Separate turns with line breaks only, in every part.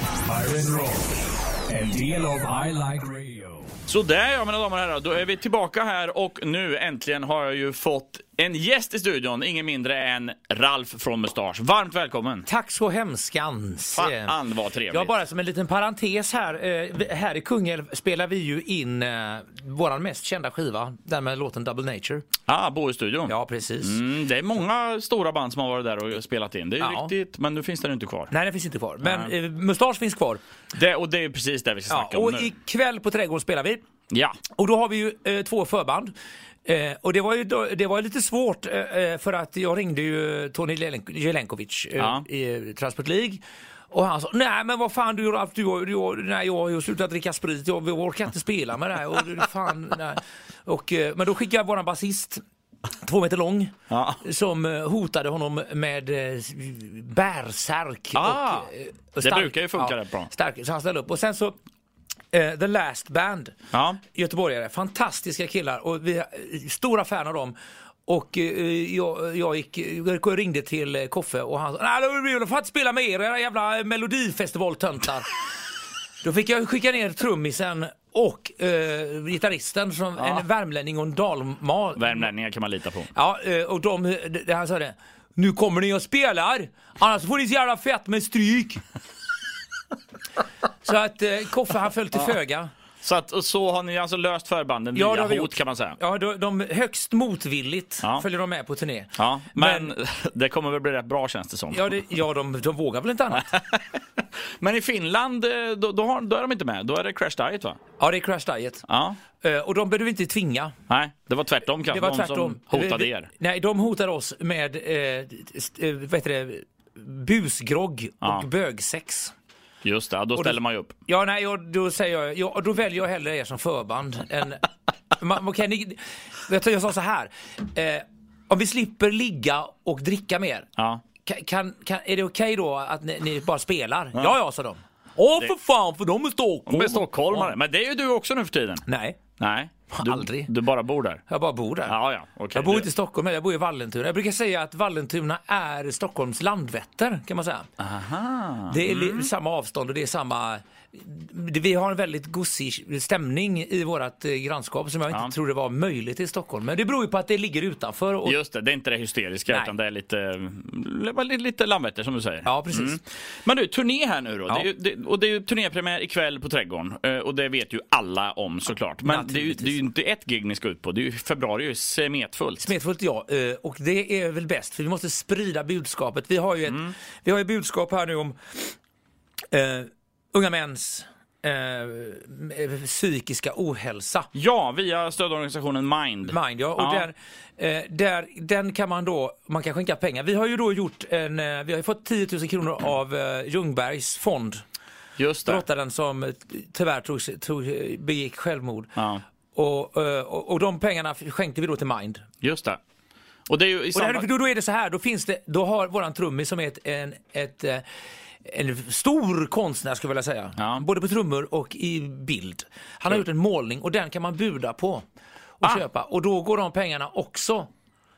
Iron Rock, en del av I Like Radio.
Sådär ja, mina damer och herrar. Då är vi tillbaka här och nu äntligen har jag ju fått en gäst i studion. Ingen mindre än Ralf från Mustasch. Varmt välkommen!
Tack så hemskans. Eh,
Fan vad trevligt!
Ja, bara som en liten parentes här. eh, vi- Här i Kungälv spelar vi ju in eh, våran mest kända skiva, den med låten Double Nature.
Ah, Bohusstudion.
Ja, precis.
Mm, det är många stora band som har varit där och spelat in. Det är ju
Ja.
riktigt, men nu finns den inte kvar.
Nej, den finns inte kvar. Men eh, Mustasch finns kvar.
Det, och det är ju precis det vi ska
Ja,
snacka
och
om nu.
ikväll på Trädgården spelar vi.
Ja.
Och då har vi ju eh, två förband. Eh, och det var ju då, det var ju lite svårt eh, eh, för att jag ringde ju Tony Jelen- Jelenkovic eh,
Ja.
i Transport League. Och han sa, nej men vad fan du Ralf, du, har- du, har- nej, jag har ju slutat dricka sprit, jag, jag orkar inte spela med det här. Och, du- fan, nej. Och, eh, men då skickade jag våran basist, två meter lång,
Ja.
som eh, hotade honom med eh, bärsärk.
Ah,
och, eh,
det brukar ju funka rätt bra.
Stark, så han ställde upp. Och sen så, eh, The Last Band
Ja.
göteborgare, fantastiska killar och vi är stora fan av dem. Och eh, jag, jag, gick, jag ringde till eh, Koffe och han sa Nej, det blir väl för att spela med er, era jävla melodifestivaltöntar. Då fick jag skicka ner trummisen och eh, gitarristen, som en värmlänning och en dalma.
Värmlänningar kan man lita på.
Ja, eh, och de, det- det- han sa det. Nu kommer ni och spelar, annars får ni så jävla fett med stryk. så att eh, Koffe han föll till föga.
Så, att, och så har ni alltså löst förbanden
Ja, det
via
har vi
hot
gjort.
kan man säga.
Ja, de, de högst motvilligt
Ja.
följer de med på turné.
Ja, men,
Men-
det kommer väl bli rätt bra känns det som.
Ja, det, ja de, de vågar väl inte annat?
Men i Finland, eh, då, då, har, då är de inte med. Då är det Crash Diet va?
Ja, det är Crash Diet.
Ja.
Eh, Och de behöver vi inte tvinga.
Nej, det var tvärtom kanske.
Det var
någon
tvärtom.
som hotade
Vi- vi-
er.
Nej, de hotade oss med eh, st- eh, vad heter det, busgrogg
Ja.
och bögsex.
Just det, ja, då
då-
ställer man ju upp.
Ja, nej, jag, då säger jag, ja, då väljer jag hellre er som förband än... Man, okay, ni, vet du, jag sa så här. Eh, om vi slipper ligga och dricka mer,
Ja.
Ka- kan, kan, är det okej då att ni, ni bara spelar? Ja, ja, sa de. Åh för fan, för de är
De är
Stockholm.
stockholmare. Oh. Men det är ju du också nu för tiden.
Nej,
Nej. Du,
Aldrig.
Du bara bor där.
jag bara bor där.
Ja, ja. okej.
Jag bor
Du-
inte i Stockholm, men jag bor i Vallentuna. Jag brukar säga att Vallentuna är Stockholms Landvetter, kan man säga.
Aha.
Det är li- samma avstånd och det är samma... det- Vi har en väldigt gosig stämning i vårt grannskap som jag inte
Ja.
trodde var möjligt i Stockholm. Men det beror ju på att det ligger utanför. Och,
Just det, det är inte det hysteriska
Nej.
utan det är lite, eh, lite, lite Landvetter som du säger.
Ja, precis.
Men du, turné här nu då.
Ja.
Det är ju, det, och det är ju turnépremiär ikväll på Trädgården. Eh, Och det vet ju alla om såklart. Men det är, ju, det är ju inte ett gig ni ska ut på. Det är ju, februari är ju smetfullt.
Smetfullt ja, eh, och det är väl bäst för vi måste sprida budskapet. Vi har ju ett, vi har ju budskap här nu om eh, unga mäns eh, m- eh, psykiska ohälsa.
Ja, via stödorganisationen Mind.
Mind, ja. Och
Ja.
Där, eh, där, den kan man då, man kan skänka pengar. Vi har ju då gjort en, eh, vi har ju fått 10 000 kronor av eh, Ljungbergs fond.
Just det.
Brottaren som eh, tyvärr tog, sig- tog, eh, begick självmord.
Ja,
Och, eh, och, och de pengarna skänkte vi då till Mind.
just det. Och det är ju i
Och det här,
samband-
för då, då är det så här, då finns det, då har våran trummis som är ett, en, ett, eh, en stor konstnär skulle jag vilja säga,
Ja.
både på trummor och i bild. Han har gjort en målning och den kan man buda på och
Ah.
köpa och då går de pengarna också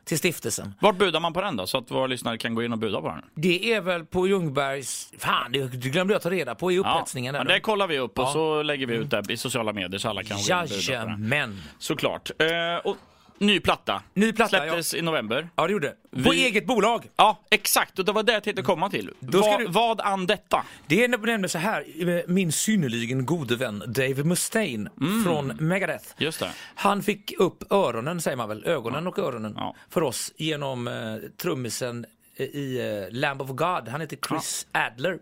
till stiftelsen.
Vart budar man på den då? Så att våra lyssnare kan gå in och buda på den.
Det är väl på Ljungbergs, fan det det glömde jag ta reda på i upphetsningen
men
där.
det kollar vi upp och
Ja.
så lägger vi ut det i sociala medier så alla kan gå in och buda på den.
Jajamän!
Såklart. Eh, och ny platta.
Ny platta,
Släpptes i november.
Ja det gjorde det. På
Vi-
eget bolag!
Ja, exakt. Och det var det jag tänkte komma till.
Då ska
Vad-
du-
Vad an detta?
Det är nämligen så här, eh, min synnerligen gode vän Dave Mustaine från Megadeth.
Mm. Just det.
Han fick upp öronen, säger man väl, ögonen och öronen
Ja.
för oss genom eh, trummisen eh, i eh, Lamb of God. Han heter Chris Adler.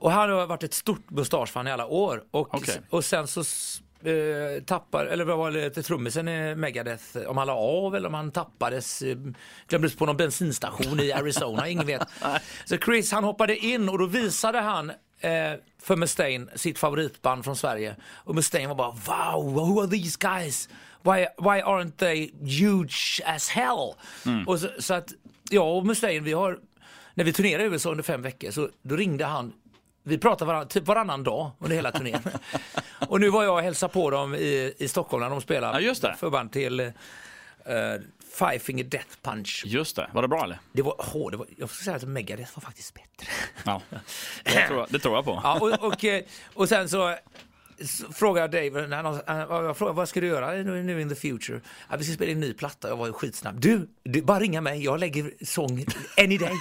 Och han har varit ett stort mustaschfan i alla år. Och,
Okej.
och sen så s- eh, tappar, eller vad var det, trummisen i Megadeth, eh, om han la av eller om han tappades, eh, glömdes på någon bensinstation i Arizona, ingen vet. Så Chris han hoppade in och då visade han eh, för Mustaine sitt favoritband från Sverige. Och Mustaine var bara wow, who are these guys? Why, why aren't they huge as hell? Och så, så att jag och Mustaine, vi har, när vi turnerade i USA under fem veckor, så då ringde han vi pratade varann, typ varannan dag under hela turnén. och nu var jag och hälsade på dem i, i Stockholm när de spelade
Ja, just det.
förband till eh, Five Finger Death Punch.
Just det. Var det bra eller?
Det var, åh, det var, jag får säga att Megadeth var faktiskt bättre.
Ja. Det tror jag, det tror jag på.
Ja, och, och, eh, och sen så så frågade jag Dave, när han, han- jag frågade, vad ska du göra nu nu in the future? Ja, vi ska spela in en ny platta, jag var ju skitsnabb. Du, du bara ringa mig, jag lägger sång any day.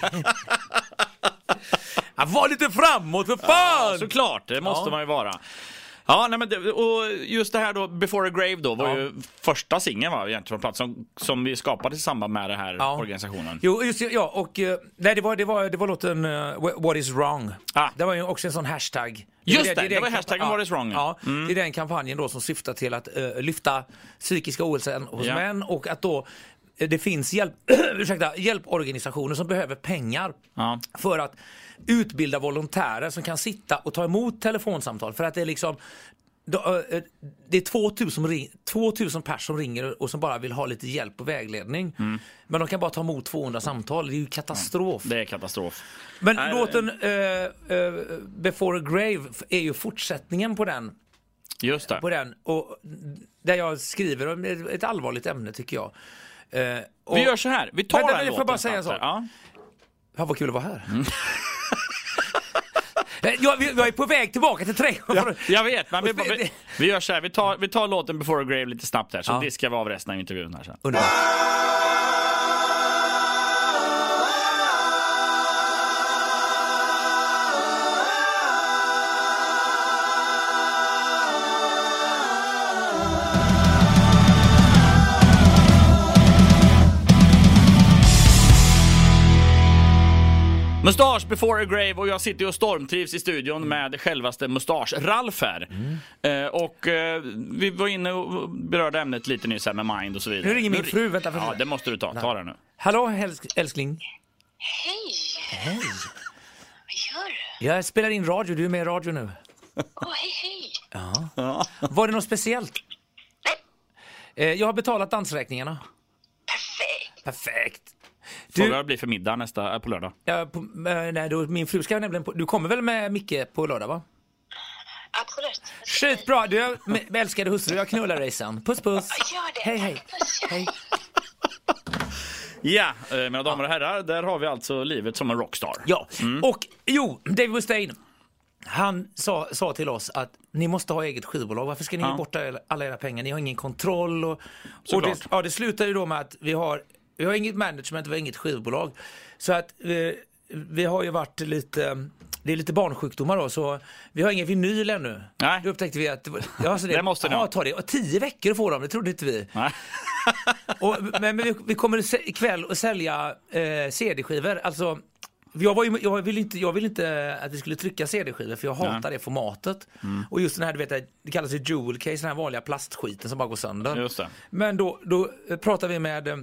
ja, var lite framåt för fan!
Ja, såklart, det måste
Ja.
man ju vara. Ja, nej, men det, och just det här då, Before a Grave då, var
Ja.
ju första singeln va, egentligen från plattan som, som vi skapade i samband med den här organisationen.
Jo, just det, ja, och eh, nej, det, var, det, var, det var låten eh, Wh- What is wrong.
Ah.
Det var ju också en sån hashtag.
Just
är
det,
är
det
den
var
kampa-
hashtaggen
ja,
What is wrong. Mm.
Ja, Det är den kampanjen då som syftar till att eh, lyfta psykiska ohälsan hos
Ja.
män och att då eh, det finns hjälp, ursäkta, hjälporganisationer som behöver pengar
Ja.
för att utbilda volontärer som kan sitta och ta emot telefonsamtal. För att det är liksom då, eh, det är 2000, som ring, 2000 pers som ringer och som bara vill ha lite hjälp och vägledning. Men de kan bara ta emot 200 samtal. Det är ju katastrof.
Det är katastrof.
Men
Mm. Nej,
låten eh, eh, Before a Grave är ju fortsättningen på den.
Just det.
På den och där jag skriver om ett allvarligt ämne tycker jag. Eh, och,
Vi gör så här, vi tar
Vänta,
den
vänta, får jag
låten
bara säga en
snabbt
sak?
här. Ja.
Fan vad kul att vara här. jag, jag är på väg tillbaka till trädgården.
Jag vet, men vi,
Och det-
vi, vi gör så här, vi tar, vi tar låten Before a Grave lite snabbt här, så
Ja.
diskar vi av resten av intervjun här sen.
Underbart.
Mustasch Before a Grave och jag sitter ju och stormtrivs i studion med självaste Mustasch-Ralf här. Eh, och eh, vi var inne och berörde ämnet lite nyss här med Mind och så vidare.
Nu ringer min
ri-
fru, vänta, vänta.
Ja, det måste du ta. Ta den nu.
Hallå älsk- älskling.
Hej!
Hej.
Vad gör du?
Jag spelar in radio, du är med i radio nu.
Åh, hej, hej!
Var det något speciellt?
Nej,
Eh, jag har betalat dansräkningarna.
perfekt!
Perfekt.
Fråga
Du,
vad det blir för middag nästa, eh, på lördag.
ja, på, eh, nej, då, min fru ska nämligen på, Du kommer väl med Micke på lördag va?
Absolut.
Skitbra! Du, jag- m- älskade hustru, jag knullar dig sen. Puss puss!
Gör det!
Hej hej!
Puss, ja.
hej.
Ja, eh, mina damer och herrar, där har vi alltså livet som en rockstar.
Ja,
Mm.
och jo, David Mustaine. Han sa, sa till oss att ni måste ha eget skivbolag. Varför ska ni ge bort alla era pengar? Ni har ingen kontroll. Och, och det,
Såklart.
ja, det slutar ju då med att vi har, vi har inget management, vi har inget skivbolag. Så att vi, vi har ju varit lite, det är lite barnsjukdomar då, så vi har ingen vinyl ännu.
Nej.
Då upptäckte vi att det, var- ja, så det,
Det måste ni
ja,
ha.
ta det. Och tio veckor får de, det trodde inte vi.
Nej.
Och, men, men vi, vi kommer se- ikväll att sälja eh, CD-skivor. Alltså, jag, var ju, jag, ville inte, jag ville inte att vi skulle trycka CD-skivor för jag hatar det formatet.
Mm.
Och just den här, du vet, det kallas ju jewel case, den här vanliga plastskiten som bara går sönder.
Just det.
Men då, då eh, pratade vi med eh,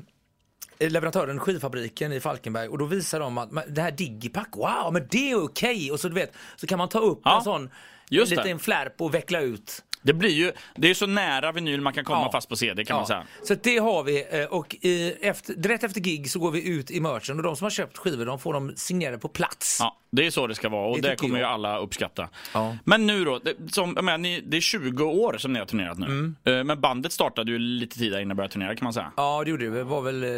leverantören skivfabriken i Falkenberg och då visar de att men, det här digipack, wow, men det är okej. Och så du vet, så kan man ta upp
Ja,
en sån
just det.
liten flärp och veckla ut.
Det blir ju, det är ju så nära vinyl man kan komma
Ja.
fast på CD kan man säga.
Så att det har vi eh, och i, efter, direkt efter gig så går vi ut i merchen och de som har köpt skivor de får dem signerade på plats.
Ja, det är så det ska vara och
Det
det,
tycker
kommer ju
jag.
alla uppskatta.
Ja.
Men nu då, det, som, jag menar, ni, det är 20 år som ni har turnerat nu.
Mm.
Eh, Men bandet startade ju lite tidigare innan ni började turnera kan man säga.
Ja, det gjorde vi. Det var väl eh,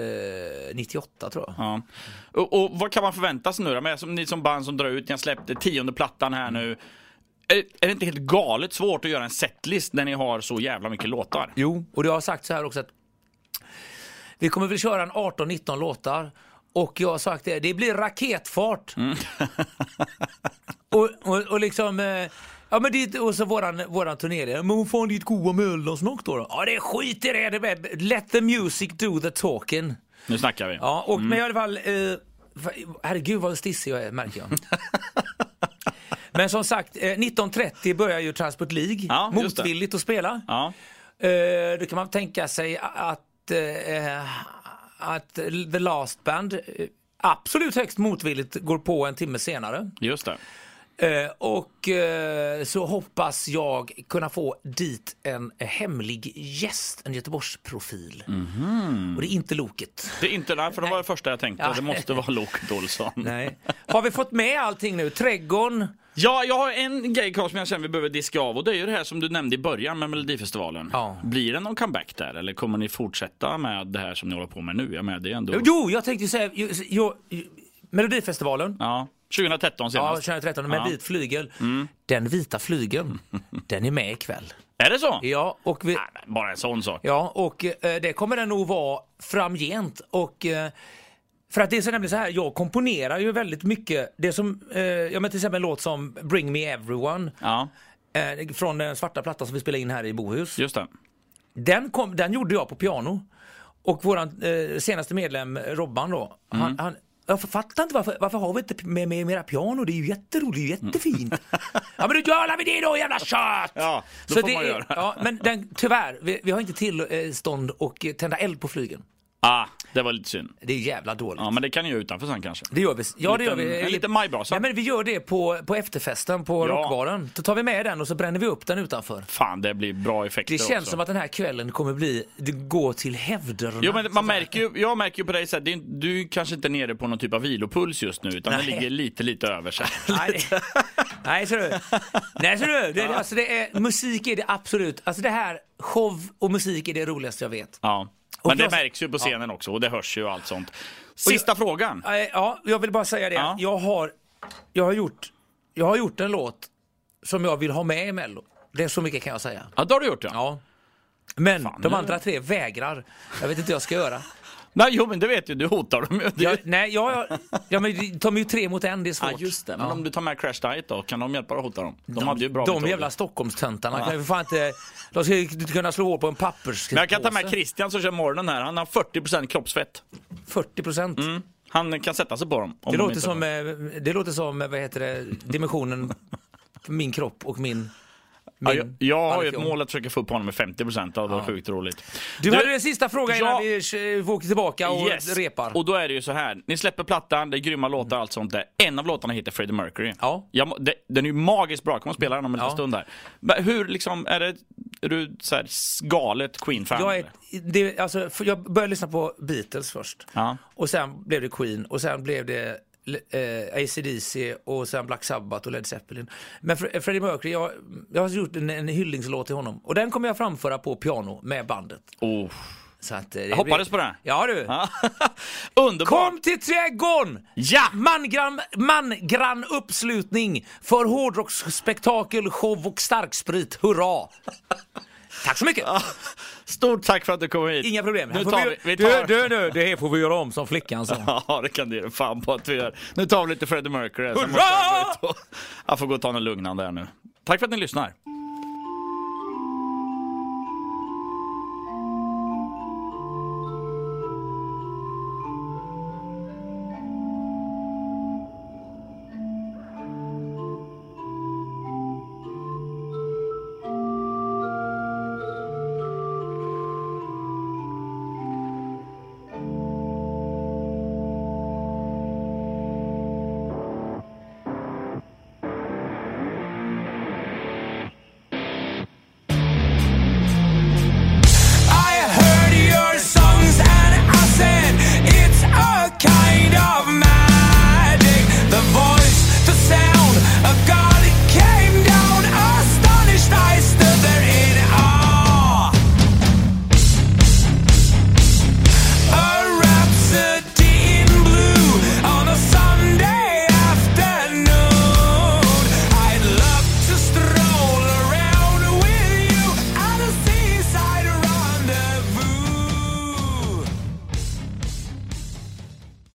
98 tror jag.
Ja. Och, och vad kan man förvänta sig nu då? Men som, ni som band som drar ut, ni har släppt eh, tionde plattan här nu. Är, är det inte helt galet svårt att göra en setlist när ni har så jävla mycket låtar?
Jo, och det har sagt så här också att vi kommer väl köra en 18-19 låtar och jag har sagt det, det blir raketfart.
Mm.
och, och, och liksom, eh, ja men det, och så våran, våran turné, det, men vad fan ditt goa mellanslag då, då? Ja det är skit i det, det är, let the music do the talking.
Nu snackar vi.
Ja, och, men i alla fall, eh, fa- herregud vad stissig jag är märker jag. men som sagt, eh, 1930 börjar ju Transport League
Ja, just det.
motvilligt att spela.
Ja.
Eh, då kan man tänka sig att, eh, att The Last Band eh, absolut högst motvilligt går på en timme senare.
Just det.
Eh, och eh, så hoppas jag kunna få dit en hemlig gäst, en Göteborgsprofil.
Mhm.
Och det är inte Loket.
Det är inte nej, för det var det första jag tänkte.
Ja.
Det måste vara Loket Olsson.
Nej. Har vi fått med allting nu? Trädgården?
Ja, jag har en grej kvar som jag känner vi behöver diska av och det är ju det här som du nämnde i början med Melodifestivalen.
Ja.
Blir det någon comeback där eller kommer ni fortsätta med det här som ni håller på med nu? Jag menar, det är ändå...
Jo, jag tänkte ju säga ju, ju, ju, Melodifestivalen.
Ja, 2013
Ja,
senast.
2013 med
Ja.
vit flygel. Den vita flygeln, den är med ikväll.
Är det så?
Ja, och vi,
Nej, men Bara en sån sak.
Ja, och eh, det kommer den nog vara framgent. Och, eh, för att det är så nämligen så här, jag komponerar ju väldigt mycket. Det som, eh, ja men till exempel en låt som Bring Me Everyone
Ja,
eh, från den svarta plattan som vi spelade in här i Bohus.
just det.
Den, kom, den gjorde jag på piano. Och våran eh, senaste medlem Robban då,
Mm.
han, han jag fattar inte varför, varför har vi inte med, med mera piano? Det är ju jätteroligt, det är ju jättefint. ja men då gör vi det då jävla kött!
Mm. Ja, då
Så
får
det
man
är-
göra.
Ja, men den, tyvärr, vi, vi har inte tillstånd att eh, tända eld på flygen.
Ah, det var lite synd.
Det är jävla dåligt.
Ja, men det kan ni göra utanför sen kanske.
Det gör vi. Ja, det gör
Liten-
vi.
en liten majbrasa.
Ja, men vi gör det på, på efterfesten på
Ja.
rockbaren. Då tar vi med den och så bränner vi upp den utanför.
Fan, det blir bra effekter
Det känns
också.
som att den här kvällen kommer bli, det går till hävderna.
Jo, men man märker ju, jag märker ju på dig så här, det är inte- du kanske inte är nere på någon typ av vilopuls just nu utan den
Nej.
ligger lite, lite över sig.
Nej, det- nej ser du. Nej, ser du. Det, alltså, det är, musik är det absolut, alltså det här, show och musik är det roligaste jag vet.
Ja.
Och
Men det
jag-
märks ju på scenen också och det hörs ju och allt sånt. Sista frågan.
Nej, Eh, Ja, jag vill bara säga det.
Ja.
Jag, har, jag, har gjort, jag har gjort en låt som jag vill ha med i Mello. Det är så mycket kan jag säga.
Ja, då har du gjort det.
Ja. Men de
nu-
andra tre vägrar. Jag vet inte hur jag ska göra.
Nej, jo, men det vet ju, du hotar dem ju. Det-
Jag, nej, jag, ja, men de är ju tre mot en, det är svårt.
Ja, just det. Men om du tar med Crash Diet då, kan de hjälpa dig att hota dem? De, hade ju bra
De
metoder.
jävla Stockholmstöntarna kan ju för fan inte... De ska ju inte kunna slå hål på en papperspåse.
Men jag kan ta med Christian som kör morgonen här. Han har 40% kroppsfett.
40 procent.
Han kan sätta sig på dem. om de
Det, låter
Mm. inte-
som, eh, det låter som, eh, vad heter det, dimensionen min kropp och min...
Ja, jag, jag har ju ett
Alfio.
mål att försöka få upp honom med 50%. Det hade varit sjukt roligt.
Du hade en sista fråga innan
Ja.
vi eh, får åka tillbaka och
Yes.
repar.
Och då är det ju så här. Ni släpper plattan, det är grymma låtar och allt sånt där. En av låtarna heter Freddie Mercury.
Ja.
Jag, må- det, den är ju magiskt bra. Jag kommer att spela den om en liten
Ja.
stund här. Men hur liksom, är det... Är du så här galet Queen-fan?
Jag,
eller?
är, det, alltså, för jag började lyssna på Beatles först.
Ja.
Och sen blev det Queen och sen blev det eh, ACDC och sen Black Sabbath och Led Zeppelin. Men Fre- eh, Freddie Mercury, jag, jag har gjort en, en hyllningslåt till honom. Och den kommer jag framföra på piano med bandet.
Oh.
Så att, eh,
Jag hoppades på det.
Ja du.
Ja. Underbart!
Kom till trädgården!
Ja!
Mangrann mangrann uppslutning för hårdrocksspektakel, show och starksprit. Hurra! Tack så mycket!
Stort tack för att du kom hit.
Inga problem.
Nu
Här får
tar vi, vi
vi,
tar...
Du, du, du, det här får vi göra om som flickan sa.
Ja, det kan du ge fan på att vi gör. Nu tar vi lite Freddie Mercury. sen
Hurra!
måste Jag, gå ut och- jag får gå och ta något lugnande här nu. Tack för att ni lyssnar.